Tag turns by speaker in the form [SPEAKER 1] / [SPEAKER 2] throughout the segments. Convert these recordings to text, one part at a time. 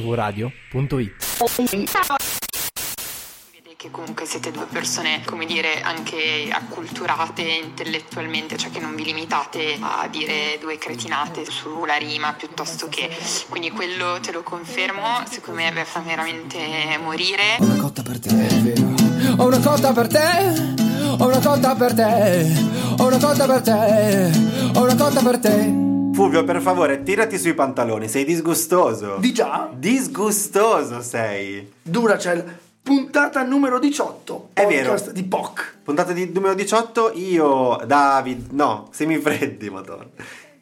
[SPEAKER 1] mvradio.it.
[SPEAKER 2] Vede che comunque siete due persone, come dire, anche acculturate intellettualmente, cioè che non vi limitate a dire due cretinate sulla rima piuttosto che. Quindi quello te lo confermo, secondo me beh, fa veramente morire.
[SPEAKER 3] Ho una cotta per te, è vero. Ho una cotta per te. Ho una cotta per te. Ho una cotta per te. Ho una cotta per te.
[SPEAKER 4] Fulvio, per favore, tirati sui pantaloni, sei disgustoso.
[SPEAKER 5] Di già,
[SPEAKER 4] disgustoso sei.
[SPEAKER 5] Duracell, puntata numero 18.
[SPEAKER 4] È
[SPEAKER 5] podcast
[SPEAKER 4] vero.
[SPEAKER 5] di POC.
[SPEAKER 4] Puntata di numero 18, io, David, no, semifreddi, madonna.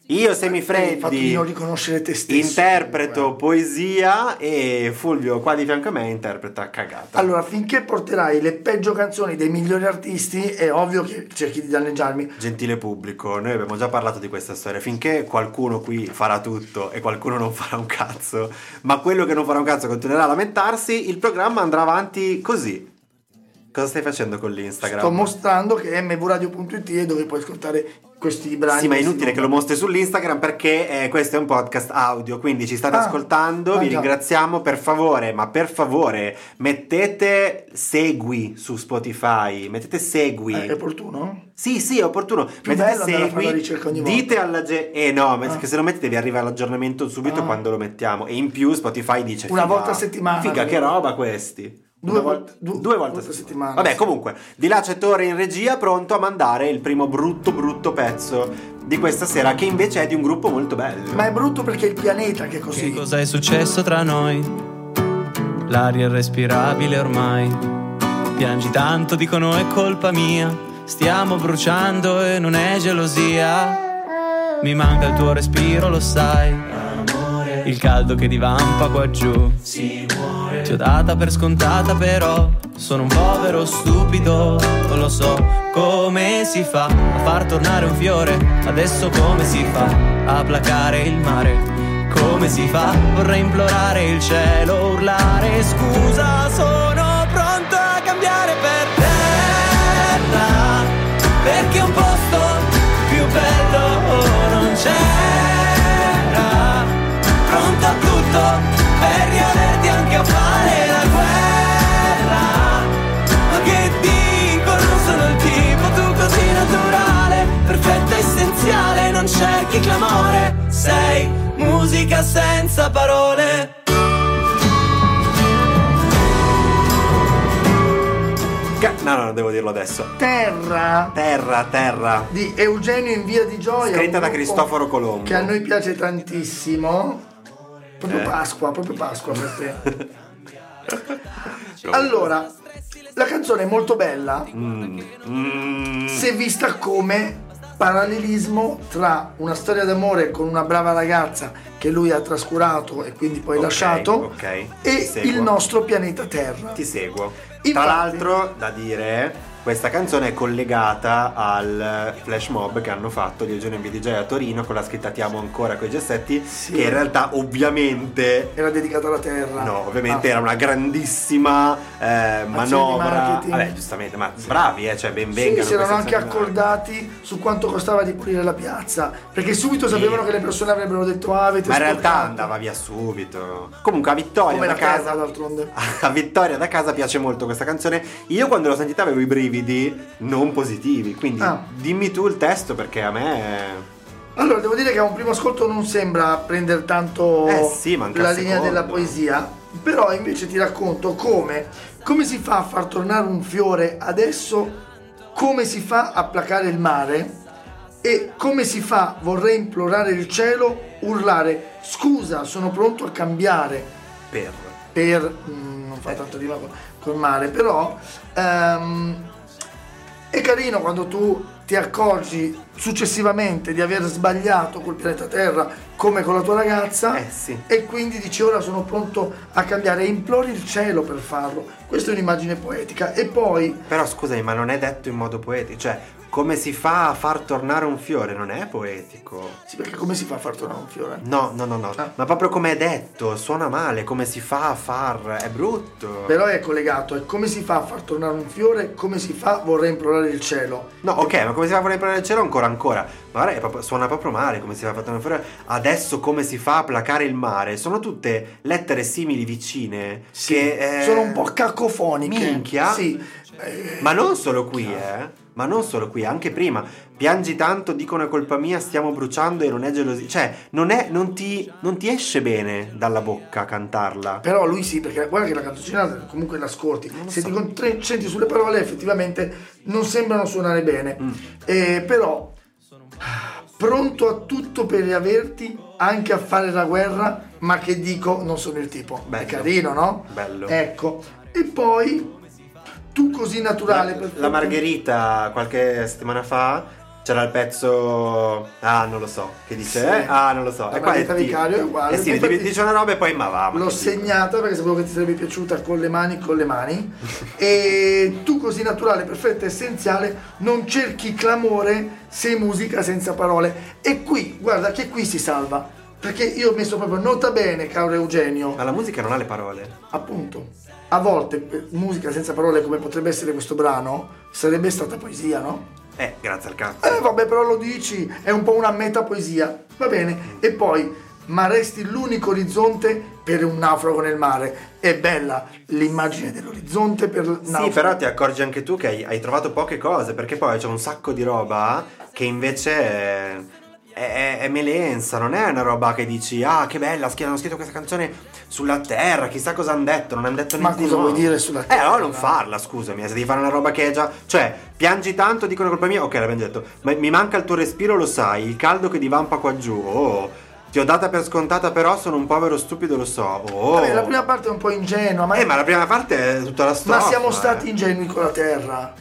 [SPEAKER 5] Eh,
[SPEAKER 4] Io
[SPEAKER 5] Il fatto di
[SPEAKER 4] semifreddi.
[SPEAKER 5] non riconoscere te stesso.
[SPEAKER 4] Interpreto
[SPEAKER 5] comunque.
[SPEAKER 4] poesia e Fulvio qua di fianco a me interpreta cagata.
[SPEAKER 5] Allora, finché porterai le peggio canzoni dei migliori artisti, è ovvio che cerchi di danneggiarmi.
[SPEAKER 4] Gentile pubblico, noi abbiamo già parlato di questa storia. Finché qualcuno qui farà tutto e qualcuno non farà un cazzo, ma quello che non farà un cazzo continuerà a lamentarsi, il programma andrà avanti così. Cosa stai facendo con l'Instagram?
[SPEAKER 5] Sto mostrando che mvradio.it è dove puoi ascoltare questi brani.
[SPEAKER 4] Sì, ma è
[SPEAKER 5] questi
[SPEAKER 4] inutile che lo
[SPEAKER 5] numeri.
[SPEAKER 4] mostri sull'Instagram perché eh, questo è un podcast audio, quindi ci state
[SPEAKER 5] Ah,
[SPEAKER 4] ascoltando,
[SPEAKER 5] ah,
[SPEAKER 4] vi
[SPEAKER 5] già.
[SPEAKER 4] ringraziamo, per favore, ma per favore mettete segui su Spotify, mettete segui.
[SPEAKER 5] Eh, È opportuno?
[SPEAKER 4] Sì, sì, è opportuno.
[SPEAKER 5] bello
[SPEAKER 4] mettete
[SPEAKER 5] andare a fare la
[SPEAKER 4] segui,
[SPEAKER 5] ricerca ogni
[SPEAKER 4] dite
[SPEAKER 5] volta.
[SPEAKER 4] alla gente... Eh no, ma
[SPEAKER 5] Ah.
[SPEAKER 4] che se lo mettete vi arriva l'aggiornamento subito
[SPEAKER 5] Ah.
[SPEAKER 4] quando lo mettiamo. E in più Spotify dice...
[SPEAKER 5] Una
[SPEAKER 4] "Figa,
[SPEAKER 5] volta a settimana,
[SPEAKER 4] Figa, che
[SPEAKER 5] quindi.
[SPEAKER 4] roba questi.
[SPEAKER 5] Due
[SPEAKER 4] Una
[SPEAKER 5] volte-
[SPEAKER 4] vol-
[SPEAKER 5] du-
[SPEAKER 4] due volte a settimana. Vabbè,
[SPEAKER 5] sì.
[SPEAKER 4] comunque, di là c'è Torre in regia pronto a mandare il primo brutto brutto pezzo di questa sera, che invece è di un gruppo molto bello.
[SPEAKER 5] Ma è brutto perché è il pianeta che è
[SPEAKER 6] Che
[SPEAKER 5] così.
[SPEAKER 6] cosa è successo tra noi? L'aria è irrespirabile ormai. Piangi tanto, dicono è colpa mia. Stiamo bruciando e non è gelosia. Mi manca il tuo respiro, lo sai. Il caldo che divampa qua giù. Ti ho data per scontata, però. Sono un povero stupido, non lo so come si fa a far tornare un fiore. Adesso come si fa a placare il mare? Come si fa? Vorrei implorare il cielo, urlare scusa, sono pronto a cambiare per terra, perché un posto più bello non c'era, pronto a tutto per riaverti anche a fare la guerra, ma che dico non sono il tipo tu così naturale, perfetta essenziale, non cerchi clamore, sei musica senza parole.
[SPEAKER 4] Ca- No, no, no, devo dirlo adesso.
[SPEAKER 5] Terra
[SPEAKER 4] Terra, terra.
[SPEAKER 5] di Eugenio in via di gioia.
[SPEAKER 4] Scritta
[SPEAKER 5] un
[SPEAKER 4] da
[SPEAKER 5] gruppo
[SPEAKER 4] Cristoforo Colombo.
[SPEAKER 5] Che a noi piace tantissimo.
[SPEAKER 4] Eh.
[SPEAKER 5] Proprio Pasqua, proprio Pasqua per te. allora, la canzone è molto bella
[SPEAKER 4] Mm.
[SPEAKER 5] se vista come parallelismo tra una storia d'amore con una brava ragazza che lui ha trascurato e quindi poi
[SPEAKER 4] Ok,
[SPEAKER 5] lasciato
[SPEAKER 4] ok.
[SPEAKER 5] e
[SPEAKER 4] Seguo.
[SPEAKER 5] il nostro pianeta Terra.
[SPEAKER 4] Ti seguo. Tra
[SPEAKER 5] Infatti-
[SPEAKER 4] l'altro, da dire, questa canzone è collegata al flash mob che hanno fatto gli Eugenio BDJ a Torino con la scritta Ti amo ancora con i gessetti,
[SPEAKER 5] Sì.
[SPEAKER 4] che in realtà ovviamente...
[SPEAKER 5] Era dedicata alla Terra.
[SPEAKER 4] No, ovviamente
[SPEAKER 5] Ah.
[SPEAKER 4] era una grandissima eh, manovra.
[SPEAKER 5] marketing.
[SPEAKER 4] Vabbè, giustamente, ma bravi, eh, cioè ben vengano.
[SPEAKER 5] Sì, si erano anche
[SPEAKER 4] queste aziende marketing.
[SPEAKER 5] accordati su quanto costava di pulire la piazza, perché subito sapevano che le persone avrebbero detto ah, avete
[SPEAKER 4] Ma in realtà
[SPEAKER 5] sporcato".
[SPEAKER 4] andava via subito. Comunque a Vittoria
[SPEAKER 5] come
[SPEAKER 4] da
[SPEAKER 5] la casa
[SPEAKER 4] casa.
[SPEAKER 5] d'altronde.
[SPEAKER 4] A Vittoria da casa piace molto questa canzone. Io quando l'ho sentita avevo i brividi non positivi. Quindi
[SPEAKER 5] Ah.
[SPEAKER 4] dimmi tu il testo perché a me.
[SPEAKER 5] Allora, devo dire che a un primo ascolto non sembra prendere tanto
[SPEAKER 4] Eh sì, manca il
[SPEAKER 5] la linea
[SPEAKER 4] secondo.
[SPEAKER 5] della poesia, però invece ti racconto come, come si fa a far tornare un fiore adesso, come si fa a placare il mare e come si fa, vorrei implorare il cielo, urlare scusa, sono pronto a cambiare
[SPEAKER 4] Per.
[SPEAKER 5] per... mm, non fa
[SPEAKER 4] Eh.
[SPEAKER 5] tanto rima con, col mare, però ehm, è carino quando tu ti accorgi successivamente di aver sbagliato col pianeta Terra come con la tua ragazza
[SPEAKER 4] Eh sì.
[SPEAKER 5] e quindi dici ora sono pronto a cambiare e implori il cielo per farlo. Questa è un'immagine poetica e poi
[SPEAKER 4] Però scusami, ma non è detto in modo poetico. Cioè, come si fa a far tornare un fiore? Non è poetico.
[SPEAKER 5] sì perché come si fa a far tornare un fiore?
[SPEAKER 4] No, no, no, no.
[SPEAKER 5] Ah.
[SPEAKER 4] Ma proprio come è detto, suona male, come si fa a far. È brutto.
[SPEAKER 5] Però è collegato, è come si fa a far tornare un fiore, come si fa vorrei implorare il cielo.
[SPEAKER 4] No, ok, ma come si fa a voler prendere il cielo ancora ancora. Ma guarda, è proprio- suona proprio male come si fa a fare una furia. Adesso come si fa a placare il mare? Sono tutte lettere simili vicine.
[SPEAKER 5] Sì,
[SPEAKER 4] che, eh,
[SPEAKER 5] sono un po' cacofoniche.
[SPEAKER 4] Minchia.
[SPEAKER 5] Sì. Eh,
[SPEAKER 4] Ma non solo qui, eh. Ma non solo qui, anche prima. Piangi tanto, dicono è colpa mia, stiamo bruciando e non è gelosia. Cioè, non, è, non, ti, non ti esce bene dalla bocca cantarla.
[SPEAKER 5] Però lui sì, perché guarda che la canzoncina comunque l'ascolti, se ti concentri sulle parole effettivamente non sembrano suonare bene.
[SPEAKER 4] Mm.
[SPEAKER 5] Eh, però pronto a tutto per riaverti, anche a fare la guerra, ma che dico non sono il tipo. È
[SPEAKER 4] Bello.
[SPEAKER 5] carino, no?
[SPEAKER 4] Bello.
[SPEAKER 5] Ecco. E poi tu così naturale
[SPEAKER 4] La,
[SPEAKER 5] per
[SPEAKER 4] la Margherita qualche settimana fa c'era il pezzo ah non lo so che dice
[SPEAKER 5] Sì.
[SPEAKER 4] eh? ah non lo so
[SPEAKER 5] La
[SPEAKER 4] e qua è
[SPEAKER 5] Margherita Vicario è uguale.
[SPEAKER 4] eh sì,
[SPEAKER 5] Infatti-
[SPEAKER 4] dice- dice una roba e poi ma va ma
[SPEAKER 5] L'ho
[SPEAKER 4] che dico.
[SPEAKER 5] segnata perché sapevo che ti sarebbe piaciuta con le mani, con le mani. e tu così naturale, perfetta, essenziale, non cerchi clamore, sei musica senza parole. E qui, guarda che qui si salva. Perché io ho messo proprio nota bene, caro Eugenio,
[SPEAKER 4] ma la musica non ha le parole
[SPEAKER 5] appunto. A volte per- musica senza parole come potrebbe essere questo brano sarebbe stata poesia, no?
[SPEAKER 4] eh grazie al cazzo
[SPEAKER 5] Eh vabbè, però lo dici, è un po' una metapoesia. Va bene. E poi, ma resti l'unico orizzonte per un naufrago nel mare. È bella l'immagine dell'orizzonte per il naufrago.
[SPEAKER 4] sì però ti accorgi anche tu che hai, hai trovato poche cose perché poi c'è un sacco di roba che invece è, è- è melensa non è una roba che dici ah che bella schi- hanno scritto questa canzone sulla terra chissà cosa hanno detto non hanno detto
[SPEAKER 5] Ma
[SPEAKER 4] niente di
[SPEAKER 5] cosa vuoi
[SPEAKER 4] nuovo.
[SPEAKER 5] dire sulla
[SPEAKER 4] Eh, allora non
[SPEAKER 5] terra?
[SPEAKER 4] farla, scusami, eh, se devi fare una roba che è già. Cioè, piangi tanto, dicono colpa mia, ok, l'abbiamo detto. Ma mi manca il tuo respiro, lo sai, il caldo che divampa qua giù. Oh, ti ho data per scontata, però sono un povero stupido, lo so. Oh.
[SPEAKER 5] Vabbè, la prima parte è un po' ingenua, ma,
[SPEAKER 4] Eh, ma la prima parte è tutta la eh. storia.
[SPEAKER 5] ma siamo stati ingenui con la terra.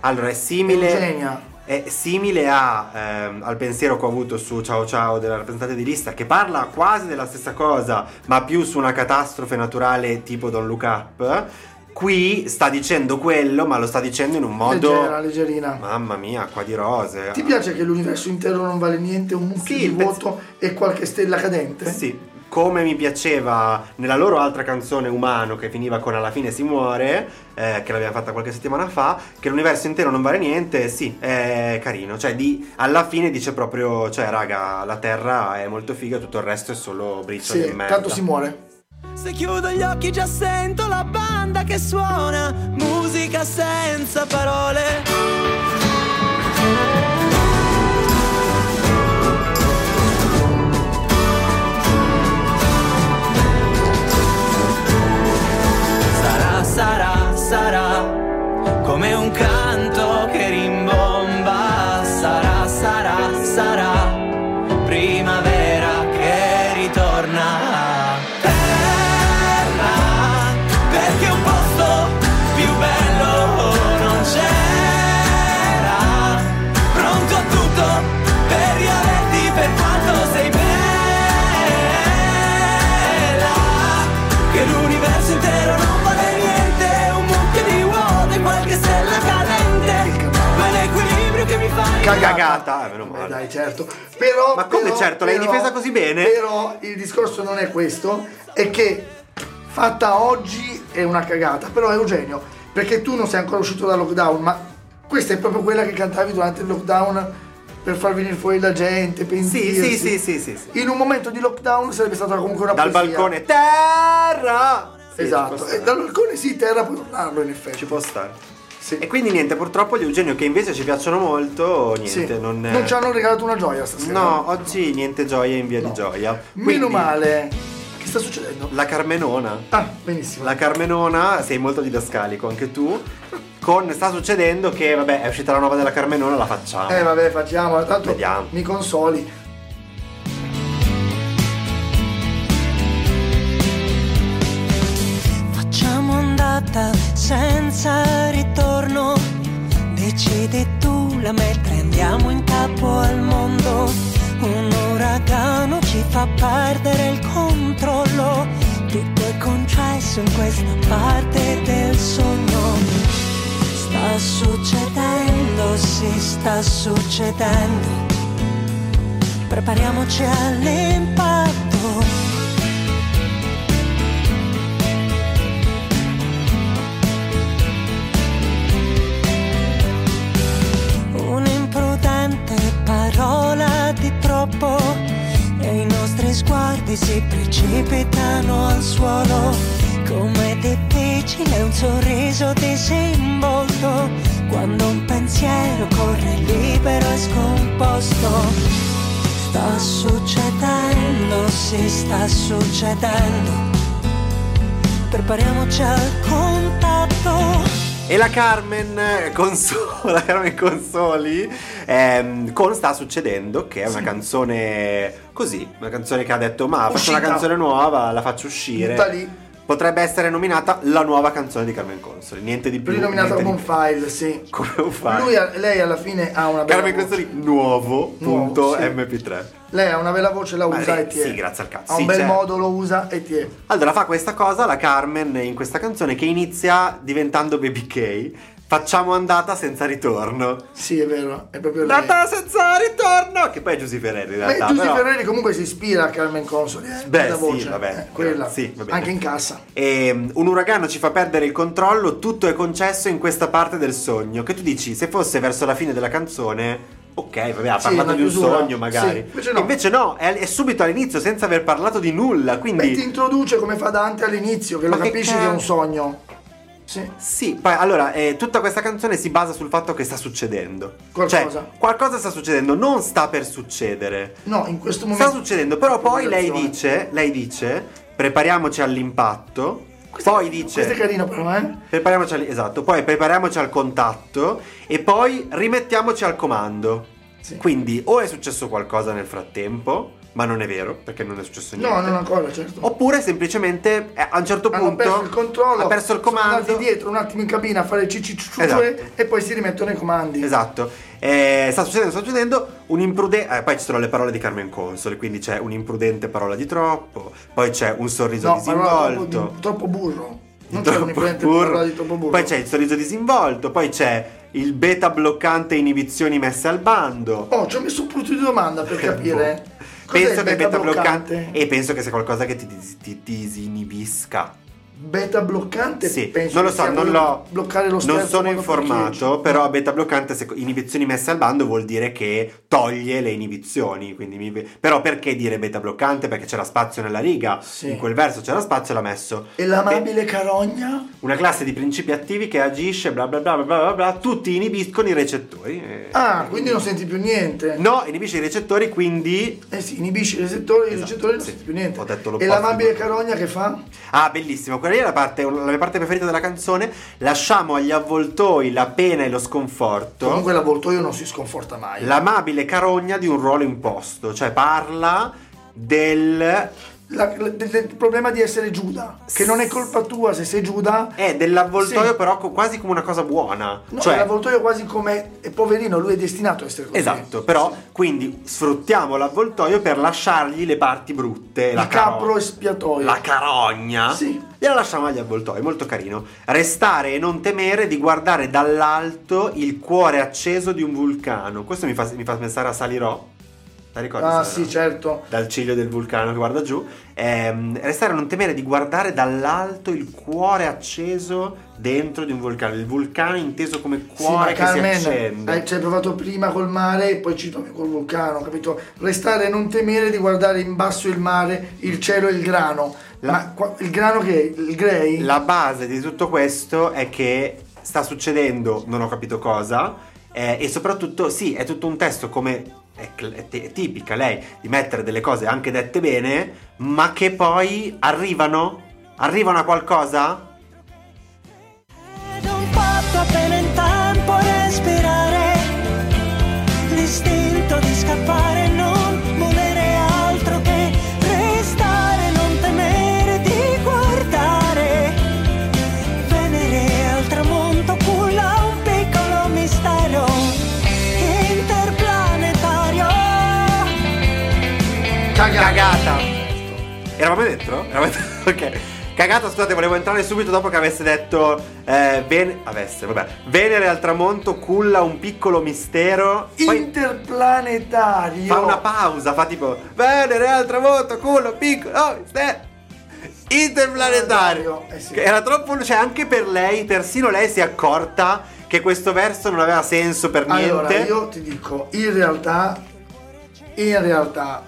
[SPEAKER 4] Allora, è simile.
[SPEAKER 5] Eugenia.
[SPEAKER 4] È simile a, ehm, al pensiero che ho avuto su Ciao Ciao della rappresentante di lista, che parla quasi della stessa cosa, ma più su una catastrofe naturale tipo Don Look Up. Qui sta dicendo quello, ma lo sta dicendo in un modo.
[SPEAKER 5] Leggera, leggerina.
[SPEAKER 4] Mamma mia, acqua di rose.
[SPEAKER 5] Ti piace che l'universo intero non vale niente, un mucchio
[SPEAKER 4] Sì,
[SPEAKER 5] di
[SPEAKER 4] il pezzo-
[SPEAKER 5] vuoto e qualche stella cadente?
[SPEAKER 4] Eh Sì. Come mi piaceva nella loro altra canzone Umano che finiva con Alla fine si muore, eh, che l'abbiamo fatta qualche settimana fa, che l'universo intero non vale niente, sì, è carino. Cioè, di- alla fine dice proprio, cioè, raga, la Terra è molto figa, tutto il resto è solo briciole
[SPEAKER 5] Sì,
[SPEAKER 4] e merda.
[SPEAKER 5] tanto si muore.
[SPEAKER 6] Se chiudo gli occhi già sento la banda che suona, musica senza parole. Sarà, sarà, sarà, come un canto che rimbomba. Sarà, sarà, sarà, primavera che ritorna. Terra, perché un posto più bello non c'era. Pronto a tutto per riaverti per quanto sei bella che l'universo intero non vale niente Un mucchio di vuoto e qualche stella cadente Quell'equilibrio che mi fai
[SPEAKER 4] Cagagata, eh, meno
[SPEAKER 5] Beh,
[SPEAKER 4] male.
[SPEAKER 5] dai, certo. Però,
[SPEAKER 4] Ma come
[SPEAKER 5] però,
[SPEAKER 4] certo? L'hai
[SPEAKER 5] però-
[SPEAKER 4] difesa così bene?
[SPEAKER 5] Però il discorso non è questo, è che fatta oggi è una cagata. Però Eugenio, perché tu non sei ancora uscito dal lockdown, ma questa è proprio quella che cantavi durante il lockdown per far venire fuori la gente,
[SPEAKER 4] Sì,
[SPEAKER 5] pentirsi.
[SPEAKER 4] sì, sì, sì, sì, sì.
[SPEAKER 5] In un momento di lockdown sarebbe stata comunque una
[SPEAKER 4] Dal
[SPEAKER 5] poesia.
[SPEAKER 4] balcone, Terra! Sì, ci
[SPEAKER 5] Esatto.
[SPEAKER 4] può stare.
[SPEAKER 5] E dal balcone sì, terra puoi tornarlo in
[SPEAKER 4] Ci
[SPEAKER 5] effetti.
[SPEAKER 4] può stare.
[SPEAKER 5] Sì.
[SPEAKER 4] E quindi niente, purtroppo gli Eugenio che invece ci piacciono molto,
[SPEAKER 5] Sì.
[SPEAKER 4] niente, non...
[SPEAKER 5] ci hanno regalato una gioia stasera.
[SPEAKER 4] No, oggi niente gioia in via
[SPEAKER 5] No.
[SPEAKER 4] di gioia.
[SPEAKER 5] Meno
[SPEAKER 4] Quindi,
[SPEAKER 5] male. Che sta succedendo?
[SPEAKER 4] La Carmenona.
[SPEAKER 5] Ah, benissimo.
[SPEAKER 4] La Carmenona, sei molto didascalico anche tu. Con sta succedendo che, vabbè, è uscita la nuova della Carmenona, la facciamo.
[SPEAKER 5] Eh vabbè, facciamo, tanto
[SPEAKER 4] Vediamo.
[SPEAKER 5] mi consoli.
[SPEAKER 1] Facciamo andata senza ritorno. Decidi tu la meta, e andiamo in capo al mondo. Un uragano ci fa perdere il controllo. Tutto è concesso in questa parte del sogno. Sta succedendo, si sta succedendo. Prepariamoci all'impatto. Un imprudente nostri sguardi si precipitano al suolo. Com'è difficile un sorriso disinvolto quando un pensiero corre libero e scomposto. Sta succedendo, si sta succedendo. Prepariamoci al contatto.
[SPEAKER 4] E la Carmen Consoli, la Carmen Consoli ehm, con Sta succedendo, che è una canzone così, una canzone che ha detto ma faccio una
[SPEAKER 5] Uscita.
[SPEAKER 4] canzone nuova, la faccio uscire.
[SPEAKER 5] Butta lì.
[SPEAKER 4] Potrebbe essere nominata la nuova canzone di Carmen Consoli, niente di più.
[SPEAKER 5] Rinominata
[SPEAKER 4] niente
[SPEAKER 5] come
[SPEAKER 4] di
[SPEAKER 5] un
[SPEAKER 4] meno.
[SPEAKER 5] file, sì.
[SPEAKER 4] Come un file.
[SPEAKER 5] Lui ha- lei alla fine ha una bella
[SPEAKER 4] Carmen
[SPEAKER 5] voce.
[SPEAKER 4] Consoli nuovo,
[SPEAKER 5] Nuovo,
[SPEAKER 4] punto
[SPEAKER 5] sì.
[SPEAKER 4] mp3.
[SPEAKER 5] Lei ha una bella voce, la
[SPEAKER 4] Ma
[SPEAKER 5] usa
[SPEAKER 4] lei-
[SPEAKER 5] e ti è.
[SPEAKER 4] sì, grazie al cazzo,
[SPEAKER 5] Ha un
[SPEAKER 4] sì,
[SPEAKER 5] bel
[SPEAKER 4] cioè-
[SPEAKER 5] modo, lo usa e ti è.
[SPEAKER 4] Allora fa questa cosa la Carmen in questa canzone che inizia diventando Baby K. Facciamo andata senza ritorno.
[SPEAKER 5] Sì, è vero, è proprio lei.
[SPEAKER 4] Andata senza ritorno! Che poi è Giusy Ferreri in
[SPEAKER 5] Beh,
[SPEAKER 4] realtà.
[SPEAKER 5] Giuseppe
[SPEAKER 4] però-
[SPEAKER 5] Ferreri comunque si ispira a Carmen Consoli, eh,
[SPEAKER 4] Beh,
[SPEAKER 5] la
[SPEAKER 4] sì,
[SPEAKER 5] voce,
[SPEAKER 4] vabbè,
[SPEAKER 5] eh, quella,
[SPEAKER 4] sì, va bene.
[SPEAKER 5] anche in cassa.
[SPEAKER 4] E um, un uragano ci fa perdere il controllo, tutto è concesso in questa parte del sogno. Che tu dici, se fosse verso la fine della canzone, ok, vabbè, ha
[SPEAKER 5] Sì,
[SPEAKER 4] parlato
[SPEAKER 5] una
[SPEAKER 4] di un
[SPEAKER 5] chiusura,
[SPEAKER 4] sogno magari.
[SPEAKER 5] sì, invece no.
[SPEAKER 4] Invece no, è, è subito all'inizio senza aver parlato di nulla,
[SPEAKER 5] Beh,
[SPEAKER 4] quindi...
[SPEAKER 5] ti introduce come fa Dante all'inizio, che
[SPEAKER 4] Ma
[SPEAKER 5] lo
[SPEAKER 4] che
[SPEAKER 5] capisci che, è
[SPEAKER 4] cazzo.
[SPEAKER 5] un sogno. Sì.
[SPEAKER 4] Sì, poi allora, eh, tutta questa canzone si basa sul fatto che sta succedendo.
[SPEAKER 5] Qualcosa.
[SPEAKER 4] Cioè, qualcosa sta succedendo, non sta per succedere.
[SPEAKER 5] No, in questo momento...
[SPEAKER 4] Sta succedendo, però poi lei
[SPEAKER 5] Relazione.
[SPEAKER 4] dice, lei dice, prepariamoci all'impatto. poi dice...
[SPEAKER 5] Questo è carino però, eh?
[SPEAKER 4] Prepariamoci al, esatto, poi prepariamoci al contatto e poi rimettiamoci al comando.
[SPEAKER 5] Sì.
[SPEAKER 4] Quindi o è successo qualcosa nel frattempo, ma non è vero, perché non è successo
[SPEAKER 5] No,
[SPEAKER 4] niente.
[SPEAKER 5] non ancora, certo.
[SPEAKER 4] Oppure semplicemente eh, a un certo
[SPEAKER 5] Hanno
[SPEAKER 4] punto
[SPEAKER 5] perso il controllo,
[SPEAKER 4] ha perso
[SPEAKER 5] sono
[SPEAKER 4] il comando.
[SPEAKER 5] andati dietro un attimo in cabina a fare cicicciucciue
[SPEAKER 4] Esatto.
[SPEAKER 5] e poi si rimettono i comandi.
[SPEAKER 4] Esatto, Eh, sta succedendo, sta succedendo un'imprudente. poi ci sono le parole di Carmen Consoli, quindi c'è un'imprudente parola di troppo, poi c'è un sorriso
[SPEAKER 5] No, parola troppo,
[SPEAKER 4] disinvolto.
[SPEAKER 5] di- troppo burro. Non c'è
[SPEAKER 4] Troppo
[SPEAKER 5] un imprendente
[SPEAKER 4] burro.
[SPEAKER 5] parola di troppo burro.
[SPEAKER 4] Poi c'è il sorriso disinvolto, poi c'è il beta bloccante e inibizioni messe al bando.
[SPEAKER 5] Oh, ci ho messo un punto di domanda per capire.
[SPEAKER 4] Boh.
[SPEAKER 5] Cos'è
[SPEAKER 4] penso
[SPEAKER 5] il
[SPEAKER 4] che il
[SPEAKER 5] beta
[SPEAKER 4] beta bloccante,
[SPEAKER 5] bloccante?
[SPEAKER 4] e penso che sia qualcosa che ti, dis- ti disinibisca.
[SPEAKER 5] Beta bloccante?
[SPEAKER 4] Sì,
[SPEAKER 5] Penso
[SPEAKER 4] non lo
[SPEAKER 5] che
[SPEAKER 4] so,
[SPEAKER 5] sia
[SPEAKER 4] non
[SPEAKER 5] quello
[SPEAKER 4] l'ho.
[SPEAKER 5] di Bloccare lo
[SPEAKER 4] non
[SPEAKER 5] sterzo
[SPEAKER 4] sono
[SPEAKER 5] quando
[SPEAKER 4] informato,
[SPEAKER 5] parcheggi.
[SPEAKER 4] però beta bloccante, se- inibizioni messe al bando vuol dire che toglie le inibizioni. quindi mi- però perché dire beta bloccante? Perché c'era spazio nella riga,
[SPEAKER 5] Sì.
[SPEAKER 4] in quel verso c'era spazio e l'ha messo.
[SPEAKER 5] E l'amabile carogna?
[SPEAKER 4] Una classe di principi attivi che agisce, bla bla bla bla bla, bla, bla, tutti inibiscono i recettori. eh.
[SPEAKER 5] Ah, quindi non senti più niente.
[SPEAKER 4] No, inibisce i recettori, quindi...
[SPEAKER 5] Eh sì, inibisci il settore, il
[SPEAKER 4] Esatto,
[SPEAKER 5] recettore non
[SPEAKER 4] sì.
[SPEAKER 5] senti più niente.
[SPEAKER 4] Ho detto
[SPEAKER 5] e
[SPEAKER 4] l'opposto.
[SPEAKER 5] l'amabile carogna che fa?
[SPEAKER 4] Ah, bellissimo, quella lì è la, parte, la mia parte preferita della canzone. Lasciamo agli avvoltoi la pena e lo sconforto.
[SPEAKER 5] Comunque l'avvoltoio non si sconforta mai.
[SPEAKER 4] l'amabile carogna di un ruolo imposto, cioè parla del
[SPEAKER 5] La- la- del, del problema di essere Giuda, che non è colpa tua se sei Giuda.
[SPEAKER 4] eh, dell'avvoltoio
[SPEAKER 5] Sì.
[SPEAKER 4] però co- quasi come una cosa buona,
[SPEAKER 5] No,
[SPEAKER 4] cioè
[SPEAKER 5] l'avvoltoio quasi come è poverino, lui è destinato a essere così.
[SPEAKER 4] Esatto, però quindi sfruttiamo l'avvoltoio per lasciargli le parti brutte, la
[SPEAKER 5] il capro
[SPEAKER 4] caro-
[SPEAKER 5] espiatoio.
[SPEAKER 4] la carogna.
[SPEAKER 5] Sì.
[SPEAKER 4] Gliela lasciamo agli avvoltoi, molto carino. Restare e non temere di guardare dall'alto il cuore acceso di un vulcano. Questo mi fa, mi fa pensare a Salirò. La ricordi?
[SPEAKER 5] ah,
[SPEAKER 4] Salirò?
[SPEAKER 5] sì, certo.
[SPEAKER 4] dal ciglio del vulcano che guarda giù, ehm, restare a non temere di guardare dall'alto il cuore acceso dentro di un vulcano, il vulcano inteso come cuore
[SPEAKER 5] sì, ma
[SPEAKER 4] che
[SPEAKER 5] Carmen,
[SPEAKER 4] si accende.
[SPEAKER 5] hai- ci hai provato prima col mare e poi ci trovi col vulcano, capito? Restare e non temere di guardare in basso il mare, il cielo e il grano.
[SPEAKER 4] La-
[SPEAKER 5] Ma qua- il grano che è? Il grey?
[SPEAKER 4] La base di tutto questo è che sta succedendo, non ho capito cosa, eh, e soprattutto sì, è tutto un testo come è, cl- è te- è tipica lei di mettere delle cose anche dette bene, ma che poi arrivano, arrivano a qualcosa?
[SPEAKER 1] Ed un fatto appena in tempo respirare L'istinto di scappare e non volere altro che restare Non temere di guardare Venere al tramonto culla un piccolo mistero Interplanetario
[SPEAKER 4] Cagata. Eravamo dentro? Eravamo ok. Cagata, scusate, volevo entrare subito dopo che avesse detto eh, ven- avesse, vabbè. Venere al tramonto culla un piccolo mistero. Poi
[SPEAKER 5] Interplanetario.
[SPEAKER 4] fa una pausa, fa tipo Venere al tramonto culla un piccolo oh, mistero. Interplanetario.
[SPEAKER 5] Eh sì.
[SPEAKER 4] Che Era troppo, cioè anche per lei, persino lei si è accorta che questo verso non aveva senso per niente.
[SPEAKER 5] Allora, io ti dico, in realtà, in realtà,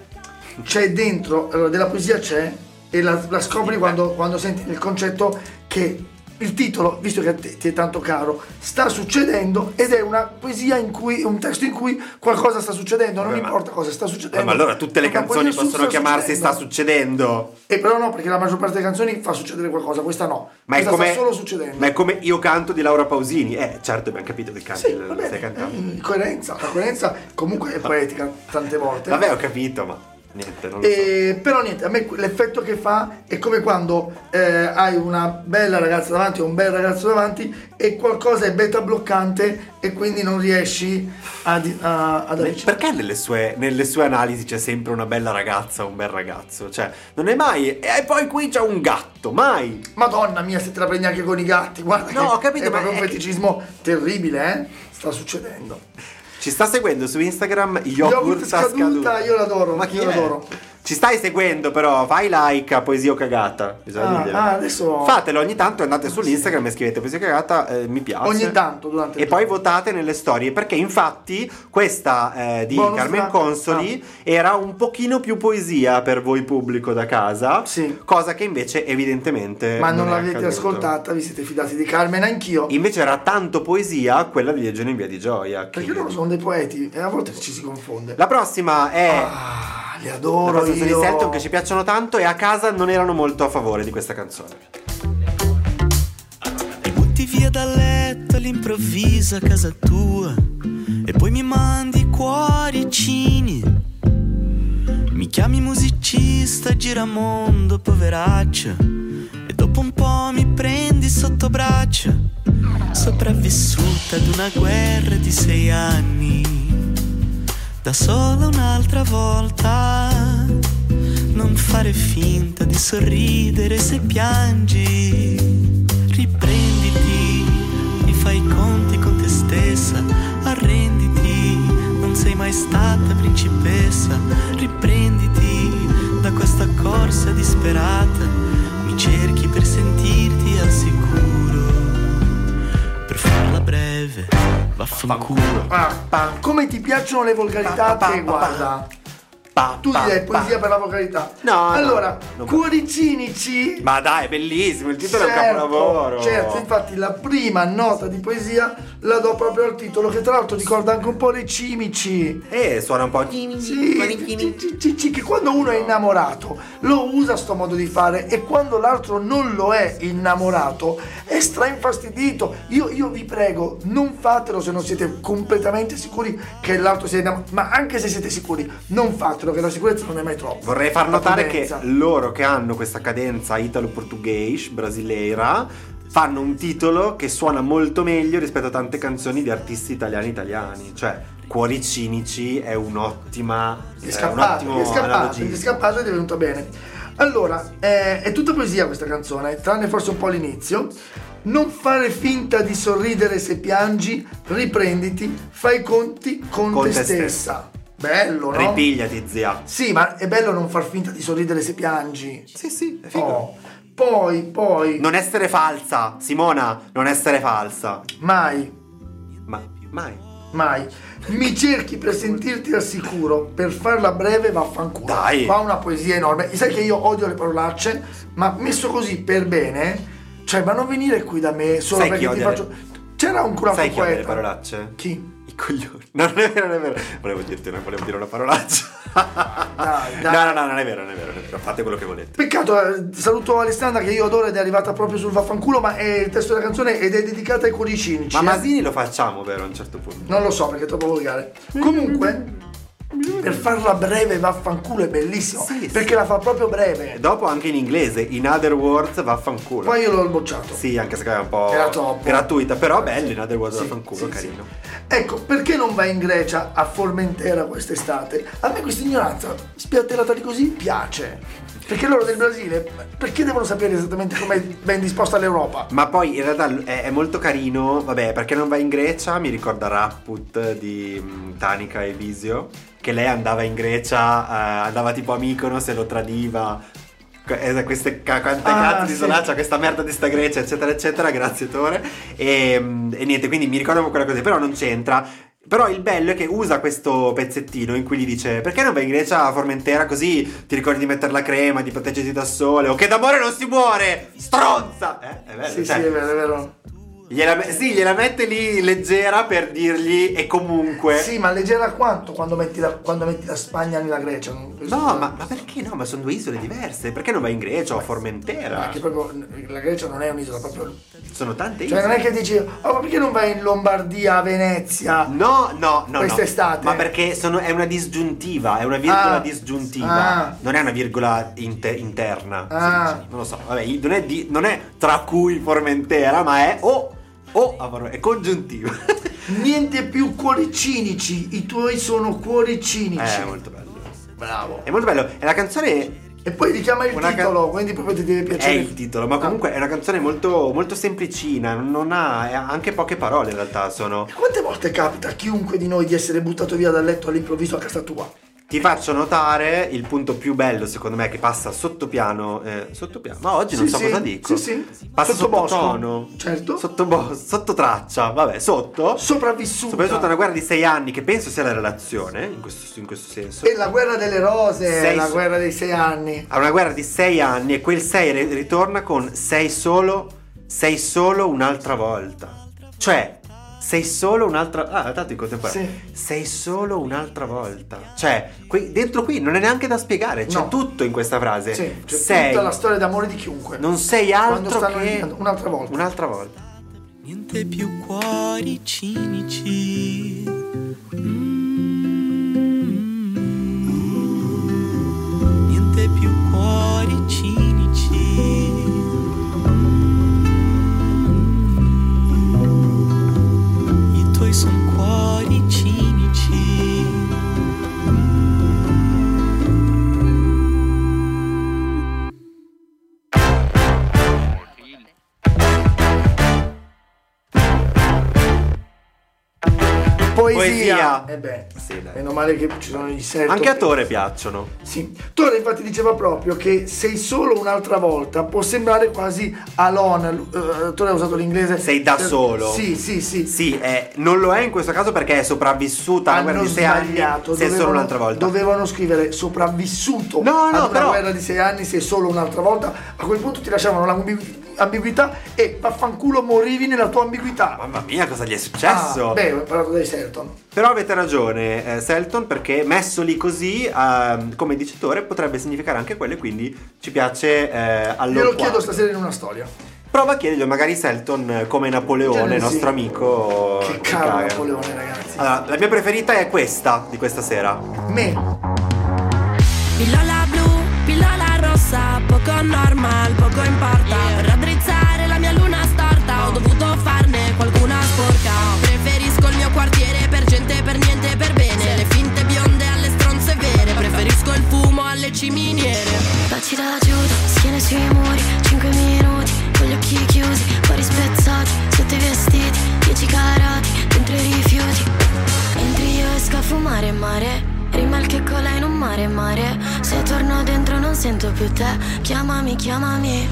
[SPEAKER 5] c'è dentro, allora, della poesia c'è e la, la scopri quando, quando senti il concetto che il titolo, visto che a te ti è tanto caro, sta succedendo ed è una poesia in cui, un testo in cui qualcosa sta succedendo, non
[SPEAKER 4] Vabbè, ma-
[SPEAKER 5] importa cosa sta succedendo.
[SPEAKER 4] Eh, ma allora tutte le
[SPEAKER 5] è una
[SPEAKER 4] canzoni
[SPEAKER 5] poesia su
[SPEAKER 4] possono
[SPEAKER 5] sta
[SPEAKER 4] chiamarsi
[SPEAKER 5] succedendo.
[SPEAKER 4] Sta succedendo.
[SPEAKER 5] E però no, perché la maggior parte delle canzoni fa succedere qualcosa, questa no.
[SPEAKER 4] Ma è,
[SPEAKER 5] questa
[SPEAKER 4] come,
[SPEAKER 5] sta solo succedendo.
[SPEAKER 4] ma è come Io canto di Laura Pausini. Eh, certo, abbiamo capito che canti,
[SPEAKER 5] Sì,
[SPEAKER 4] lo
[SPEAKER 5] va
[SPEAKER 4] stai
[SPEAKER 5] bene.
[SPEAKER 4] cantando.
[SPEAKER 5] eh, Coerenza, la coerenza comunque è poetica tante volte.
[SPEAKER 4] Vabbè, ho capito, ma niente, non lo so.
[SPEAKER 5] E- Eh, però niente, a me l'effetto che fa è come quando eh, hai una bella ragazza davanti o un bel ragazzo davanti e qualcosa è beta bloccante e quindi non riesci a di- a- ad
[SPEAKER 4] Ne-
[SPEAKER 5] averci.
[SPEAKER 4] Perché nelle sue, nelle sue analisi c'è sempre una bella ragazza, un bel ragazzo? Cioè, non è mai. E poi qui c'è un gatto, mai!
[SPEAKER 5] Madonna mia, se te la prendi anche con i gatti, guarda.
[SPEAKER 4] No,
[SPEAKER 5] che
[SPEAKER 4] ho capito,
[SPEAKER 5] È
[SPEAKER 4] ma
[SPEAKER 5] proprio un
[SPEAKER 4] è-
[SPEAKER 5] feticismo terribile, eh? Sta succedendo.
[SPEAKER 4] Ci sta seguendo su Instagram
[SPEAKER 5] Yogurt
[SPEAKER 4] Yogurt
[SPEAKER 5] scaduta,
[SPEAKER 4] Scaduta.
[SPEAKER 5] io l'adoro,
[SPEAKER 4] Ma chi
[SPEAKER 5] io
[SPEAKER 4] è?
[SPEAKER 5] l'adoro.
[SPEAKER 4] Ci stai seguendo però, fai like a Poesia o Cagata. Bisogna
[SPEAKER 5] Ah,
[SPEAKER 4] dirglielo.
[SPEAKER 5] ah, adesso-
[SPEAKER 4] Fatelo ogni tanto, andate sull'Instagram e scrivete Poesia o Cagata, eh, mi piace.
[SPEAKER 5] Ogni tanto, durante il
[SPEAKER 4] E poi
[SPEAKER 5] giorno.
[SPEAKER 4] votate nelle storie, perché infatti questa eh, di
[SPEAKER 5] Bonus
[SPEAKER 4] Carmen
[SPEAKER 5] track. Ah.
[SPEAKER 4] Consoli era un pochino più poesia per voi pubblico da casa,
[SPEAKER 5] Sì.
[SPEAKER 4] cosa che invece evidentemente...
[SPEAKER 5] Ma non,
[SPEAKER 4] Eh, è
[SPEAKER 5] l'avete
[SPEAKER 4] accaduto.
[SPEAKER 5] ascoltata, vi siete fidati di Carmen anch'io.
[SPEAKER 4] Invece era tanto poesia quella di Legione in Via di Gioia. che-
[SPEAKER 5] Perché loro sono dei poeti e a volte ci si confonde.
[SPEAKER 4] La prossima è...
[SPEAKER 5] Ah, li
[SPEAKER 4] La
[SPEAKER 5] adoro
[SPEAKER 4] cosa di
[SPEAKER 5] io.
[SPEAKER 4] Selton che ci piacciono tanto e a casa non erano molto a favore di questa canzone.
[SPEAKER 7] Mi butti via dal letto all'improvviso a casa tua e poi mi mandi cuoricini. Mi chiami musicista, giramondo, poveraccio e dopo un po' mi prendi sotto braccio. Sopravvissuta ad una guerra di sei anni, da sola un'altra volta. Non fare finta di sorridere se piangi. Riprenditi, mi fai i conti con te stessa. Arrenditi, non sei mai stata principessa. Riprenditi da questa corsa disperata. Mi cerchi per sentirti al sicuro. Per farla breve, vaffanculo.
[SPEAKER 5] Ah, pa. come ti piacciono le volgarità
[SPEAKER 4] Pa, pa,
[SPEAKER 5] a te,
[SPEAKER 4] pa, pa.
[SPEAKER 5] guarda.
[SPEAKER 4] Pa,
[SPEAKER 5] Tu
[SPEAKER 4] pa,
[SPEAKER 5] gli dai
[SPEAKER 4] pa.
[SPEAKER 5] poesia per la volgarità.
[SPEAKER 4] No, no,
[SPEAKER 5] Allora,
[SPEAKER 4] non-
[SPEAKER 5] cuoricini ci.
[SPEAKER 4] Ma dai, è bellissimo, il titolo è un capolavoro.
[SPEAKER 5] Certo, infatti la prima nota di poesia la do proprio al titolo, che tra l'altro ricorda anche un po' le cimici.
[SPEAKER 4] Eh, suona un po'.
[SPEAKER 5] Sì, ci- ci- ci- ci- che quando uno è innamorato lo usa sto modo di fare e quando l'altro non lo è innamorato è strainfastidito. Io, io vi prego, non fatelo se non siete completamente sicuri che l'altro sia innamorato, ma anche se siete sicuri, non fatelo, che la sicurezza non è mai troppo.
[SPEAKER 4] Vorrei far
[SPEAKER 5] La
[SPEAKER 4] notare che
[SPEAKER 5] prudenza.
[SPEAKER 4] loro che hanno questa cadenza italo-portuguese, brasileira, fanno un titolo che suona molto meglio rispetto a tante canzoni di artisti italiani italiani. Cioè, Cuori Cinici è un'ottima.
[SPEAKER 5] Gli è
[SPEAKER 4] è
[SPEAKER 5] scappato,
[SPEAKER 4] un
[SPEAKER 5] gli è
[SPEAKER 4] ottimo
[SPEAKER 5] scappato, gli
[SPEAKER 4] analogismo.
[SPEAKER 5] è scappato ed è venuto bene. Allora, eh, è tutta poesia questa canzone, tranne forse un po' all'inizio. Non fare finta di sorridere se piangi, riprenditi, fai i conti con,
[SPEAKER 4] Con
[SPEAKER 5] te,
[SPEAKER 4] te
[SPEAKER 5] stessa.
[SPEAKER 4] stessa.
[SPEAKER 5] Bello, no?
[SPEAKER 4] Ripigliati, zia.
[SPEAKER 5] Sì, ma è bello non far finta di sorridere se piangi.
[SPEAKER 4] Sì, sì, è figo.
[SPEAKER 5] Oh. Poi, poi,
[SPEAKER 4] Non essere falsa, Simona, non essere falsa.
[SPEAKER 5] mai,
[SPEAKER 4] Ma mai.
[SPEAKER 5] mai. Mi cerchi per sentirti al sicuro, per farla breve vaffanculo.
[SPEAKER 4] Dai.
[SPEAKER 5] Fa una poesia enorme. Sai che io odio le parolacce, ma messo così per bene, cioè ma non venire qui da me solo
[SPEAKER 4] Sai
[SPEAKER 5] perché ti
[SPEAKER 4] chi odia le-
[SPEAKER 5] faccio... C'era un curato
[SPEAKER 4] Sai chi odia
[SPEAKER 5] poeta.
[SPEAKER 4] le parolacce?
[SPEAKER 5] Chi?
[SPEAKER 4] I coglioni. No, non è vero, non è vero. Volevo dirti, non volevo dire una parolaccia.
[SPEAKER 5] Dai, dai.
[SPEAKER 4] No, no, no, non è vero, non è vero, non è vero. Fate quello che volete.
[SPEAKER 5] Peccato, eh, saluto Alessandra che io adoro ed è arrivata proprio sul vaffanculo, ma è il testo della canzone ed è dedicata ai cuori cinici.
[SPEAKER 4] Ma
[SPEAKER 5] eh.
[SPEAKER 4] Masini lo facciamo, vero, a un certo punto.
[SPEAKER 5] Non lo so perché è troppo volgare. Comunque, per farla breve, vaffanculo è bellissimo.
[SPEAKER 4] Sì, sì.
[SPEAKER 5] perché la fa proprio
[SPEAKER 4] E
[SPEAKER 5] breve.
[SPEAKER 4] dopo anche in inglese, in other words, vaffanculo.
[SPEAKER 5] Poi io l'ho bocciato.
[SPEAKER 4] Sì, anche se è un po'
[SPEAKER 5] Era troppo.
[SPEAKER 4] gratuita, però bello in other words,
[SPEAKER 5] Sì,
[SPEAKER 4] vaffanculo,
[SPEAKER 5] sì,
[SPEAKER 4] carino.
[SPEAKER 5] sì. Ecco, perché non vai in Grecia a Formentera quest'estate? A me questa ignoranza spiattellata di così piace. Perché loro del Brasile, perché devono sapere esattamente come è ben disposta l'Europa?
[SPEAKER 4] Ma poi in realtà è, è molto carino, vabbè, perché non va in Grecia, mi ricorda Rapput di mm, Tanica e Visio, che lei andava in Grecia, eh, andava tipo a Mykonos e lo tradiva. Que- eh, Queste ca- quante
[SPEAKER 5] Ah,
[SPEAKER 4] cazzo di
[SPEAKER 5] sì.
[SPEAKER 4] solaccia, questa merda di sta Grecia, eccetera, eccetera, grazie Tore. E, mm, e niente, quindi mi ricordo quella cosa, però non c'entra. Però il bello è che usa questo pezzettino in cui gli dice: Perché non vai in Grecia a Formentera così ti ricordi di mettere la crema, di proteggerti dal sole? O che d'amore non si muore! Stronza! Eh, è bello.
[SPEAKER 5] Sì, sì,
[SPEAKER 4] cioè,
[SPEAKER 5] è vero, è vero.
[SPEAKER 4] Gliela, sì, gliela mette lì leggera per dirgli e comunque.
[SPEAKER 5] Sì, ma leggera quanto quando metti la, quando metti la Spagna nella Grecia? Non-
[SPEAKER 4] No, ma, ma perché no? Ma sono due isole diverse. Perché non vai in Grecia o a Formentera?
[SPEAKER 5] Perché proprio la Grecia non è un'isola, proprio.
[SPEAKER 4] Sono tante
[SPEAKER 5] Cioè, non
[SPEAKER 4] isole.
[SPEAKER 5] è che dici, oh, ma perché non vai in Lombardia, a Venezia?
[SPEAKER 4] No, no, no.
[SPEAKER 5] Quest'estate.
[SPEAKER 4] no. Ma perché sono- è una disgiuntiva, è una virgola
[SPEAKER 5] Ah.
[SPEAKER 4] disgiuntiva.
[SPEAKER 5] Ah.
[SPEAKER 4] Non è una virgola inte- interna.
[SPEAKER 5] Ah.
[SPEAKER 4] Sì, sì, non lo so. Vabbè, non è, di- non è tra cui Formentera, ma è o. o a Formentera. È congiuntiva.
[SPEAKER 5] Niente più cuori cinici, i tuoi sono cuori cinici.
[SPEAKER 4] Eh, è molto bello.
[SPEAKER 5] Bravo.
[SPEAKER 4] È molto bello. E la canzone
[SPEAKER 5] E poi richiama il
[SPEAKER 4] Una ca-
[SPEAKER 5] titolo, quindi proprio ti deve
[SPEAKER 4] è
[SPEAKER 5] piacere. Ah.
[SPEAKER 4] il titolo, ma comunque è una canzone molto, molto semplicina, non ha ha anche poche parole in realtà sono.
[SPEAKER 5] Quante volte capita a chiunque di noi di essere buttato via dal letto all'improvviso a casa tua?
[SPEAKER 4] Ti faccio notare il punto più bello secondo me che passa sottopiano, eh, sottopiano, ma oggi non
[SPEAKER 5] Sì,
[SPEAKER 4] so
[SPEAKER 5] sì,
[SPEAKER 4] cosa dico.
[SPEAKER 5] sì, sì.
[SPEAKER 4] Passa sotto
[SPEAKER 5] Sottobosco,
[SPEAKER 4] tono,
[SPEAKER 5] certo.
[SPEAKER 4] sotto, sotto traccia, vabbè, sotto.
[SPEAKER 5] Sopravvissuta.
[SPEAKER 4] Soprattutto una guerra di sei anni che penso sia la relazione, eh, in questo, in questo senso.
[SPEAKER 5] E la guerra delle rose,
[SPEAKER 4] Sei
[SPEAKER 5] la
[SPEAKER 4] so-
[SPEAKER 5] guerra dei sei anni.
[SPEAKER 4] Ha una guerra di sei anni e quel sei ri- ritorna con sei solo, sei solo un'altra volta. Cioè, sei solo un'altra... Ah, tanto in contemporanea.
[SPEAKER 5] Sì.
[SPEAKER 4] Sei solo un'altra volta. Cioè, qui- dentro qui non è neanche da spiegare, c'è
[SPEAKER 5] No.
[SPEAKER 4] tutto in questa frase.
[SPEAKER 5] Sì, c'è
[SPEAKER 4] sei,
[SPEAKER 5] tutta la storia d'amore di chiunque.
[SPEAKER 4] non sei
[SPEAKER 5] Quando
[SPEAKER 4] altro
[SPEAKER 5] stanno
[SPEAKER 4] che...
[SPEAKER 5] litigando, un'altra volta. Certo.
[SPEAKER 4] Un'altra volta.
[SPEAKER 7] Niente più cuori cinici. Mm. Niente più cuori cinici. Mm. I tuoi son cuori cinici.
[SPEAKER 5] Poesia.
[SPEAKER 4] Poesia.
[SPEAKER 5] E Eh beh,
[SPEAKER 4] Sì, dai.
[SPEAKER 5] meno male che ci sono gli serto.
[SPEAKER 4] Anche a Tore piacciono.
[SPEAKER 5] Sì. Tore infatti diceva proprio che sei solo un'altra volta può sembrare quasi alone. eh, Tore ha usato l'inglese.
[SPEAKER 4] Sei da
[SPEAKER 5] per-
[SPEAKER 4] solo.
[SPEAKER 5] Sì, sì, sì.
[SPEAKER 4] Sì, eh, non lo è in questo caso perché è sopravvissuta alla guerra
[SPEAKER 5] Hanno
[SPEAKER 4] di sei anni.
[SPEAKER 5] sbagliato.
[SPEAKER 4] Sei solo
[SPEAKER 5] dovevano-
[SPEAKER 4] un'altra volta.
[SPEAKER 5] Dovevano scrivere sopravvissuto
[SPEAKER 4] No,
[SPEAKER 5] ad
[SPEAKER 4] no,
[SPEAKER 5] una
[SPEAKER 4] però-
[SPEAKER 5] guerra di sei anni, sei solo un'altra volta. A quel punto ti lasciavano l'ambiguità e vaffanculo morivi nella tua ambiguità.
[SPEAKER 4] Mamma mia, cosa gli è successo?
[SPEAKER 5] Ah, beh, ho imparato dai Serton.
[SPEAKER 4] Però avete ragione, eh, Selton, perché messo lì così, ehm, come dicitore, potrebbe significare anche quello e quindi ci piace eh, allora.
[SPEAKER 5] Glielo chiedo stasera in una storia.
[SPEAKER 4] Prova a chiederglielo, magari Selton, eh, come Napoleone,
[SPEAKER 5] Genere, Cioè, sì.
[SPEAKER 4] nostro amico.
[SPEAKER 5] Che
[SPEAKER 4] non
[SPEAKER 5] caro
[SPEAKER 4] caga.
[SPEAKER 5] Napoleone, ragazzi.
[SPEAKER 4] Allora, la mia preferita è questa di questa sera.
[SPEAKER 5] Me.
[SPEAKER 8] Pillola blu, pillola rossa, poco normal, poco importa. Per raddrizzare la mia luna storta ho dovuto farne qualcuna sporca. Preferisco il mio quartiere per gente, per niente, per bene. Le finte bionde alle stronze vere, preferisco il fumo alle ciminiere.
[SPEAKER 9] Baci da Giuda, schiene sui muri, 5 minuti, con gli occhi chiusi, fuori spezzati, sotto i vestiti, 10 carati, dentro i rifiuti. Entri io esco a fumare mare, rimel che cola in un mare mare, se torno dentro non sento più te, chiamami, chiamami.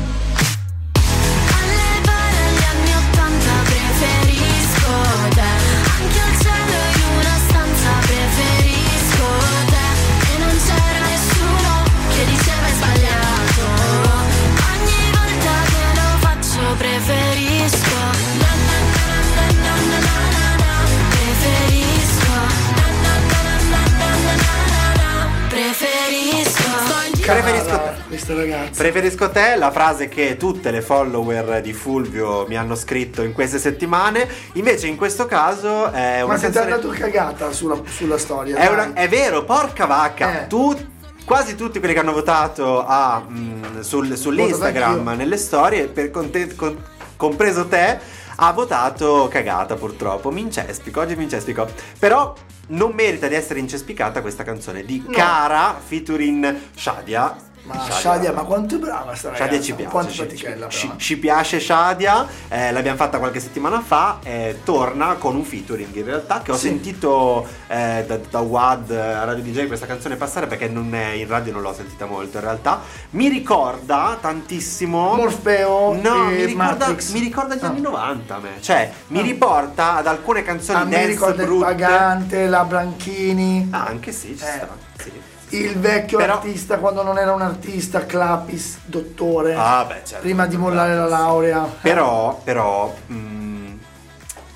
[SPEAKER 9] Alle bare agli anni 80 preferisco te, anche al cielo in una stanza preferisco te, e non c'era nessuno che diceva è sbagliato, ogni volta che lo faccio preferisco, na na na na na na na na na, preferisco, na na na na na na na na na, preferisco.
[SPEAKER 4] Preferisco
[SPEAKER 5] Cara,
[SPEAKER 4] te.
[SPEAKER 5] questa ragazza.
[SPEAKER 4] Preferisco te, la frase che tutte le follower di Fulvio mi hanno scritto in queste settimane. Invece, in questo caso, è una
[SPEAKER 5] Ma siete
[SPEAKER 4] canzone-
[SPEAKER 5] andato cagata sulla, sulla storia.
[SPEAKER 4] È,
[SPEAKER 5] dai.
[SPEAKER 4] una- è vero, porca vacca.
[SPEAKER 5] Eh.
[SPEAKER 4] Tu- quasi tutti quelli che hanno votato a, mm, sul- sull'Instagram,
[SPEAKER 5] anch'io.
[SPEAKER 4] nelle storie, per conte- con- compreso te, ha votato cagata purtroppo. Mincespico, oggi è Mincespico. Però non merita di essere incespicata questa canzone di Cara featuring Shadia.
[SPEAKER 5] Ma Shadia, ma quanto è brava sta ragazza?
[SPEAKER 4] Shadia ci piace,
[SPEAKER 5] Quanto
[SPEAKER 4] ci,
[SPEAKER 5] pratichella
[SPEAKER 4] ci-
[SPEAKER 5] brava.
[SPEAKER 4] ci piace Shadia, eh, l'abbiamo fatta qualche settimana fa, eh, torna con un featuring in realtà che ho
[SPEAKER 5] Sì.
[SPEAKER 4] sentito eh, da, da WAD eh, a Radio DJ questa canzone passare perché non è- in radio non l'ho sentita molto in realtà, mi ricorda tantissimo...
[SPEAKER 5] Morfeo
[SPEAKER 4] No,
[SPEAKER 5] e
[SPEAKER 4] mi ricorda,
[SPEAKER 5] Matrix.
[SPEAKER 4] mi ricorda gli
[SPEAKER 5] Ah.
[SPEAKER 4] anni 90 a me, cioè mi
[SPEAKER 5] Ah.
[SPEAKER 4] riporta ad alcune
[SPEAKER 5] A
[SPEAKER 4] canzoni
[SPEAKER 5] me
[SPEAKER 4] dance
[SPEAKER 5] ricorda Ah, il
[SPEAKER 4] brutte.
[SPEAKER 5] Pagante, la Branchini,
[SPEAKER 4] Ah, anche sì, ci
[SPEAKER 5] Eh.
[SPEAKER 4] sta. sì.
[SPEAKER 5] il vecchio
[SPEAKER 4] Però-
[SPEAKER 5] artista quando non era un artista, Clapis, dottore,
[SPEAKER 4] Ah, beh, certo.
[SPEAKER 5] prima di mollare la laurea.
[SPEAKER 4] Però, però, mh,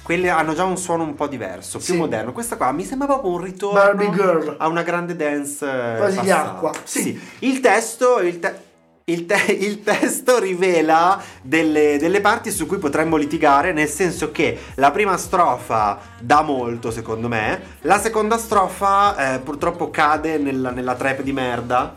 [SPEAKER 4] quelle hanno già un suono un po' diverso, più
[SPEAKER 5] Sì.
[SPEAKER 4] moderno. Questa qua mi sembra proprio un ritorno
[SPEAKER 5] Barbie Girl.
[SPEAKER 4] a una grande dance eh,
[SPEAKER 5] Quasi di
[SPEAKER 4] passata.
[SPEAKER 5] acqua, sì.
[SPEAKER 4] Il testo, il te- il te- il testo rivela delle, delle parti su cui potremmo litigare, nel senso che la prima strofa dà molto, secondo me, la seconda strofa eh, purtroppo cade nella, nella trap di merda.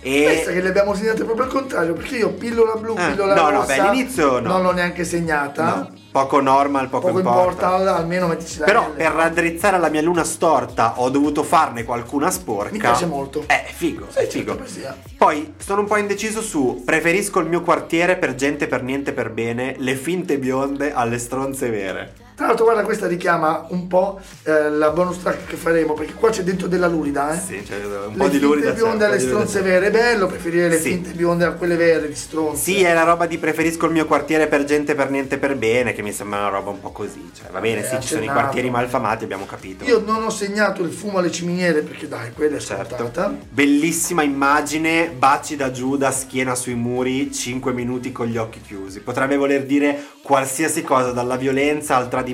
[SPEAKER 4] E...
[SPEAKER 5] Pensa che le abbiamo segnate proprio al contrario, perché io pillola blu,
[SPEAKER 4] Eh,
[SPEAKER 5] pillola
[SPEAKER 4] no, no,
[SPEAKER 5] rossa,
[SPEAKER 4] beh, all'inizio no.
[SPEAKER 5] non l'ho neanche segnata.
[SPEAKER 4] no, poco normal, poco,
[SPEAKER 5] Poco importa, almeno mettici la
[SPEAKER 4] Però
[SPEAKER 5] L.
[SPEAKER 4] per raddrizzare la mia luna storta ho dovuto farne qualcuna sporca.
[SPEAKER 5] Mi piace molto.
[SPEAKER 4] Eh, è figo,
[SPEAKER 5] Sì,
[SPEAKER 4] è
[SPEAKER 5] certo,
[SPEAKER 4] figo.
[SPEAKER 5] poesia.
[SPEAKER 4] Poi sono un po' indeciso su preferisco il mio quartiere per gente per niente per bene, le finte bionde alle stronze vere.
[SPEAKER 5] Tra l'altro, guarda, questa richiama un po' eh, la bonus track che faremo, perché qua c'è dentro della lurida, eh.
[SPEAKER 4] Sì, cioè, un
[SPEAKER 5] Le
[SPEAKER 4] po' di lurida.
[SPEAKER 5] finte bionde
[SPEAKER 4] certo,
[SPEAKER 5] alle
[SPEAKER 4] di lurida,
[SPEAKER 5] stronze
[SPEAKER 4] certo.
[SPEAKER 5] vere, è bello preferire le
[SPEAKER 4] Sì.
[SPEAKER 5] finte bionde a quelle vere di stronze.
[SPEAKER 4] Sì, è la roba di preferisco il mio quartiere per gente per niente per bene, che mi sembra una roba un po' così. Cioè, va bene,
[SPEAKER 5] Eh,
[SPEAKER 4] sì, ci sono i
[SPEAKER 5] accennato.
[SPEAKER 4] quartieri malfamati, abbiamo capito.
[SPEAKER 5] Io non ho segnato il fumo alle ciminiere perché dai, quella è scontata.
[SPEAKER 4] Certo. Bellissima immagine, baci da Giuda, schiena sui muri, 5 minuti con gli occhi chiusi. Potrebbe voler dire qualsiasi cosa, dalla violenza al tradimento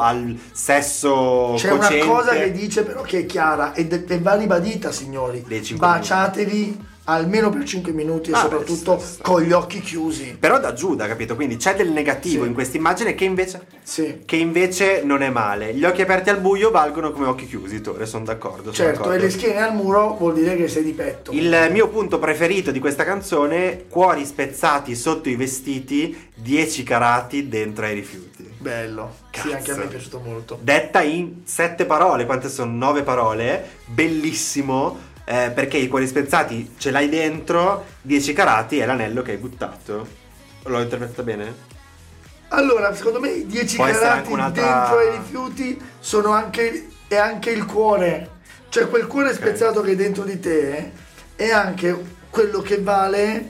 [SPEAKER 4] al sesso
[SPEAKER 5] C'è
[SPEAKER 4] cocente.
[SPEAKER 5] una cosa che dice però che è chiara ed è- e va ribadita, signori.
[SPEAKER 4] Dei cinque
[SPEAKER 5] Baciatevi almeno per 5 minuti e
[SPEAKER 4] Ah, beh,
[SPEAKER 5] soprattutto
[SPEAKER 4] sta- sta-
[SPEAKER 5] con gli occhi chiusi.
[SPEAKER 4] Però da Giuda, capito? Quindi c'è del negativo
[SPEAKER 5] Sì.
[SPEAKER 4] in questa immagine che invece
[SPEAKER 5] Sì.
[SPEAKER 4] che invece non è male. Gli occhi aperti al buio valgono come occhi chiusi, Tore, sono d'accordo. sono
[SPEAKER 5] Certo, e
[SPEAKER 4] d'accordo.
[SPEAKER 5] le schiene al muro vuol dire che sei di petto.
[SPEAKER 4] Il mio punto preferito di questa canzone, cuori spezzati sotto i vestiti, 10 carati dentro ai rifiuti.
[SPEAKER 5] Bello. Sì,
[SPEAKER 4] Cazzo.
[SPEAKER 5] anche a me è piaciuto molto.
[SPEAKER 4] detta in sette parole, quante sono nove parole, bellissimo, eh, perché i cuori spezzati ce l'hai dentro, 10 carati è l'anello che hai buttato. L'ho interpretata bene?
[SPEAKER 5] Allora, secondo me i 10
[SPEAKER 4] Può essere
[SPEAKER 5] carati
[SPEAKER 4] anche un'altra-
[SPEAKER 5] dentro ai rifiuti sono anche, è anche il cuore. Cioè quel cuore spezzato che è dentro di te è anche quello che vale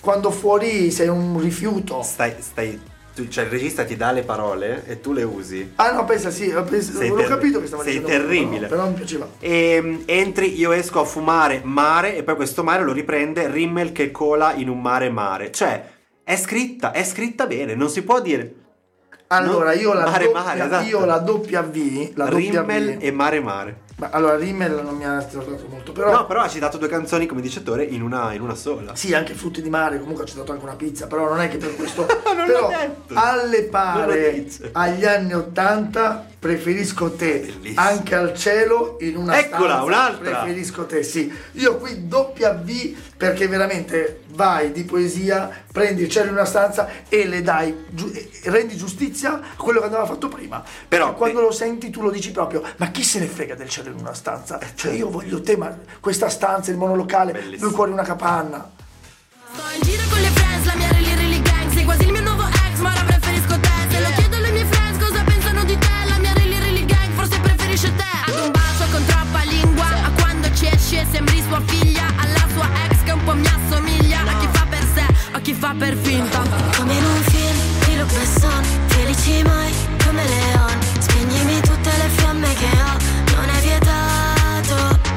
[SPEAKER 5] quando fuori sei un rifiuto.
[SPEAKER 4] Stai, stai, tu- cioè il regista ti dà le parole e tu le usi.
[SPEAKER 5] Ah no, pensa sì, ho pens-
[SPEAKER 4] Sei
[SPEAKER 5] avevo
[SPEAKER 4] terri-
[SPEAKER 5] capito che stava
[SPEAKER 4] sei
[SPEAKER 5] dicendo quello,
[SPEAKER 4] terribile.
[SPEAKER 5] però mi piaceva.
[SPEAKER 4] E mm, entri, io esco a fumare mare e poi questo mare lo riprende Rimmel che cola in un mare mare. Cioè, è scritta, è scritta bene, non si può dire
[SPEAKER 5] Allora, io la,
[SPEAKER 4] Mare,
[SPEAKER 5] doppia,
[SPEAKER 4] mare, esatto.
[SPEAKER 5] io la doppia V, la doppia
[SPEAKER 4] Rimmel
[SPEAKER 5] V.
[SPEAKER 4] e mare mare.
[SPEAKER 5] Ma allora Rimmel non mi ha straordinato molto, però
[SPEAKER 4] no, però ha citato due canzoni come dice Tore in una, in una sola.
[SPEAKER 5] Sì, anche frutti di mare, comunque ci ho dato anche una pizza, però non è che per questo...
[SPEAKER 4] Non l'ho
[SPEAKER 5] però
[SPEAKER 4] detto.
[SPEAKER 5] alle
[SPEAKER 4] Non lo
[SPEAKER 5] pare
[SPEAKER 4] dice.
[SPEAKER 5] agli anni 80 preferisco te,
[SPEAKER 4] Bellissimo.
[SPEAKER 5] anche al cielo in una
[SPEAKER 4] Eccola,
[SPEAKER 5] stanza,
[SPEAKER 4] un'altra.
[SPEAKER 5] Preferisco te, sì. Io qui doppia V perché veramente vai di poesia, prendi il cielo in una stanza e le dai, giu- e- e rendi giustizia a quello che andava fatto prima.
[SPEAKER 4] Però-
[SPEAKER 5] quando lo senti tu lo dici proprio, ma chi se ne frega del cielo in una
[SPEAKER 4] Eh,
[SPEAKER 5] stanza? Cioè io voglio te, ma questa stanza, il monolocale,
[SPEAKER 4] certo. Bellissimo.
[SPEAKER 5] due cuori in una capanna.
[SPEAKER 9] Sto in giro con le friends, la mia really really gang Sei quasi il mio nuovo ex, ma ora preferisco te Se lo chiedo alle mie friends cosa pensano di te La mia really really gang forse preferisce te Ad un bacio con troppa lingua A quando ci esce sembri sua figlia Alla sua ex che un po' mi assomiglia A chi fa per sé, a chi fa per finta Come in un film di Luc Besson Felici mai come Leon Spegnimi tutte le fiamme che ho Non è vietato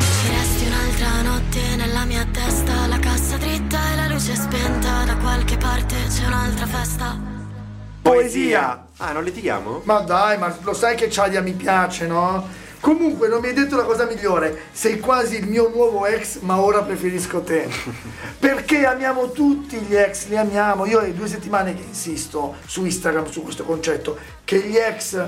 [SPEAKER 9] ci resti un'altra notte nella mia testa, la cassa dritta e la luce spenta, da qualche parte c'è un'altra festa.
[SPEAKER 4] Poesia! Ah, non litighiamo?
[SPEAKER 5] Ma dai, ma lo sai che Chadia mi piace, no? Comunque non mi hai detto la cosa migliore, sei quasi il mio nuovo ex ma ora preferisco te. Perché amiamo tutti gli ex, li amiamo, io è due settimane che insisto su Instagram su questo concetto, che gli ex,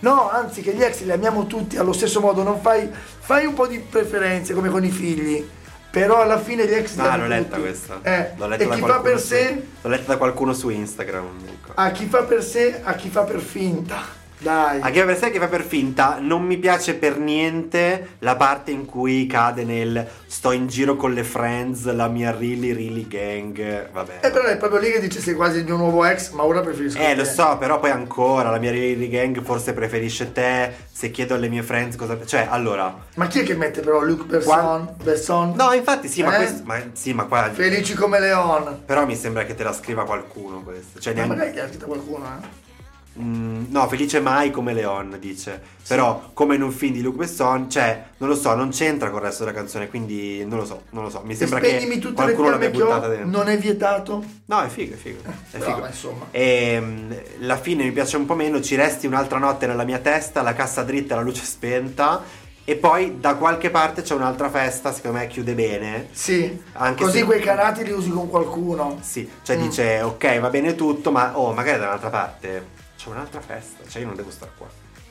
[SPEAKER 5] no anzi che gli ex li amiamo tutti allo stesso modo, non fai, fai un po' di preferenze come con i figli, però alla fine gli ex... li
[SPEAKER 4] No,
[SPEAKER 5] ami
[SPEAKER 4] Ah, l'ho letta
[SPEAKER 5] tutti.
[SPEAKER 4] questa.
[SPEAKER 5] Eh,
[SPEAKER 4] l'ho letta
[SPEAKER 5] e
[SPEAKER 4] da
[SPEAKER 5] chi fa
[SPEAKER 4] qualcuno
[SPEAKER 5] per
[SPEAKER 4] su-
[SPEAKER 5] sé, Ah,
[SPEAKER 4] L'ho letta da qualcuno su Instagram. non mi ricordo.
[SPEAKER 5] a chi fa per sé, a chi fa per finta. Dai.
[SPEAKER 4] Anche per sé che Ah, fa per finta, non mi piace per niente la parte in cui cade nel sto in giro con le friends, la mia really really gang. Vabbè.
[SPEAKER 5] Eh, però è proprio lì che dice sei quasi il mio nuovo ex, ma ora preferisco. te.
[SPEAKER 4] Eh, lo so, però poi ancora la mia really really gang forse preferisce te. Se chiedo alle mie friends cosa. Cioè, allora.
[SPEAKER 5] Ma chi è che mette però Luc Besson? Besson?
[SPEAKER 4] No, infatti sì, ma
[SPEAKER 5] Eh?
[SPEAKER 4] questo. Ma, sì, ma qua.
[SPEAKER 5] Felici come Leon.
[SPEAKER 4] Però mi sembra che te la scriva qualcuno questo. Cioè,
[SPEAKER 5] Ma
[SPEAKER 4] neanche.
[SPEAKER 5] magari gli ha scritto qualcuno, eh?
[SPEAKER 4] Mm, no, felice mai come Leon dice. Però, come in un film di Luc Besson, cioè, non lo so, non c'entra con il resto della canzone, quindi non lo so, non lo so. Mi sembra
[SPEAKER 5] E spegnimi
[SPEAKER 4] che
[SPEAKER 5] tutte le
[SPEAKER 4] qualcuno l'abbia
[SPEAKER 5] fiamme che
[SPEAKER 4] buttata
[SPEAKER 5] ho,
[SPEAKER 4] dentro.
[SPEAKER 5] non è vietato.
[SPEAKER 4] No, è figo, è figo. È
[SPEAKER 5] Però,
[SPEAKER 4] figo.
[SPEAKER 5] ma insomma.
[SPEAKER 4] Ehm, la fine mi piace un po' meno, ci resti un'altra notte nella mia testa, la cassa dritta, la luce spenta. E poi da qualche parte c'è un'altra festa, secondo me chiude bene.
[SPEAKER 5] Sì.
[SPEAKER 4] Anche
[SPEAKER 5] Così
[SPEAKER 4] se-
[SPEAKER 5] quei canati li usi con qualcuno.
[SPEAKER 4] Sì,
[SPEAKER 5] Mm.
[SPEAKER 4] cioè dice ok va bene tutto, ma oh magari da un'altra parte c'è un'altra festa, cioè io non devo stare qua,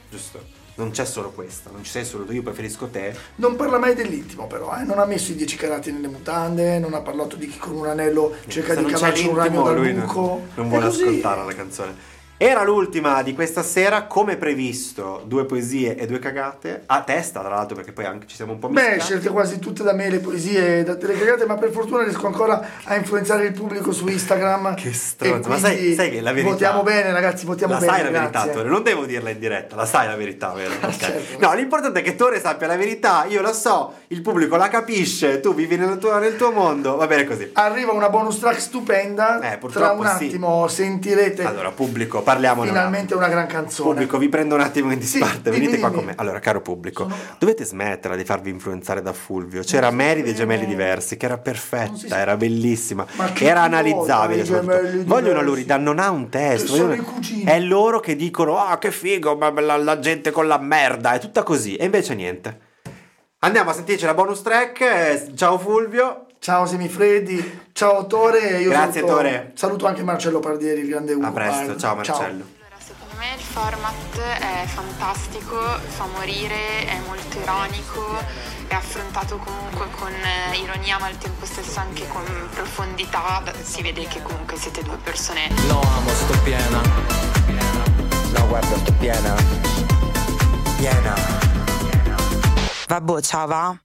[SPEAKER 4] giusto? Non c'è solo questa, non ci sei solo tu, io preferisco te.
[SPEAKER 5] Non parla mai dell'intimo, però, eh? Non ha messo i dieci carati nelle mutande, non ha parlato di chi con un anello cerca di
[SPEAKER 4] Se non c'è
[SPEAKER 5] cavarci un
[SPEAKER 4] l'intimo,
[SPEAKER 5] ragno dal
[SPEAKER 4] lui non-
[SPEAKER 5] buco.
[SPEAKER 4] Non
[SPEAKER 5] È
[SPEAKER 4] vuole
[SPEAKER 5] così.
[SPEAKER 4] ascoltare la canzone. Era l'ultima di questa sera, come previsto, due poesie e due cagate, a testa tra l'altro perché poi anche ci siamo un po'
[SPEAKER 5] Beh,
[SPEAKER 4] mescolati.
[SPEAKER 5] scelte quasi tutte da me le poesie da telecagate, ma per fortuna riesco ancora a influenzare il pubblico su Instagram.
[SPEAKER 4] Che stronzo,
[SPEAKER 5] E
[SPEAKER 4] ma sai,
[SPEAKER 5] quindi
[SPEAKER 4] sai che la verità...
[SPEAKER 5] Votiamo bene, ragazzi, votiamo
[SPEAKER 4] la
[SPEAKER 5] bene.
[SPEAKER 4] sai la verità,
[SPEAKER 5] grazie.
[SPEAKER 4] Tore, non devo dirla in diretta, la sai la verità, vero? Ok.
[SPEAKER 5] certo.
[SPEAKER 4] No, l'importante è che Tore sappia la verità, io la so, il pubblico la capisce, tu vivi nel tuo, nel tuo mondo, va bene così.
[SPEAKER 5] Arriva una bonus track stupenda.
[SPEAKER 4] Eh, purtroppo
[SPEAKER 5] Tra un
[SPEAKER 4] sì.
[SPEAKER 5] attimo sentirete
[SPEAKER 4] Allora, pubblico, parliamone. un attimo.
[SPEAKER 5] finalmente una gran canzone.
[SPEAKER 4] Pubblico, vi prendo un attimo in
[SPEAKER 5] Sì,
[SPEAKER 4] disparte,
[SPEAKER 5] dimmi,
[SPEAKER 4] venite qua
[SPEAKER 5] dimmi.
[SPEAKER 4] con me. Allora, caro pubblico, dovete smetterla di farvi influenzare da Fulvio. C'era Mary dei gemelli diversi, che era
[SPEAKER 5] si
[SPEAKER 4] perfetta,
[SPEAKER 5] sa-
[SPEAKER 4] era bellissima,
[SPEAKER 5] Ma che
[SPEAKER 4] era
[SPEAKER 5] cosa,
[SPEAKER 4] analizzabile.
[SPEAKER 5] i
[SPEAKER 4] soprattutto.
[SPEAKER 5] gemelli
[SPEAKER 4] Vogliono
[SPEAKER 5] diversi?
[SPEAKER 4] l'urità, non ha un testo.
[SPEAKER 5] Che sono
[SPEAKER 4] vogliono-
[SPEAKER 5] i cugini.
[SPEAKER 4] È loro che dicono, ah, che figo, ma la, la gente con la merda, è tutta così. E invece niente. Andiamo a sentirci la bonus track. eh, Ciao Fulvio.
[SPEAKER 5] Ciao Semifreddi, ciao Tore. Io
[SPEAKER 4] Grazie,
[SPEAKER 5] saluto,
[SPEAKER 4] Tore.
[SPEAKER 5] Saluto anche Marcello Pardieri, il grande Ugo.
[SPEAKER 4] A presto,
[SPEAKER 5] Pardi.
[SPEAKER 4] ciao Marcello.
[SPEAKER 2] Allora, secondo me il format è fantastico, fa morire, è molto ironico, è affrontato comunque con eh, ironia ma al tempo stesso anche con profondità, si vede che comunque siete due persone
[SPEAKER 6] No, amo, sto piena.
[SPEAKER 10] No, guarda, sto piena. Piena.
[SPEAKER 11] Vabbè, ciao va.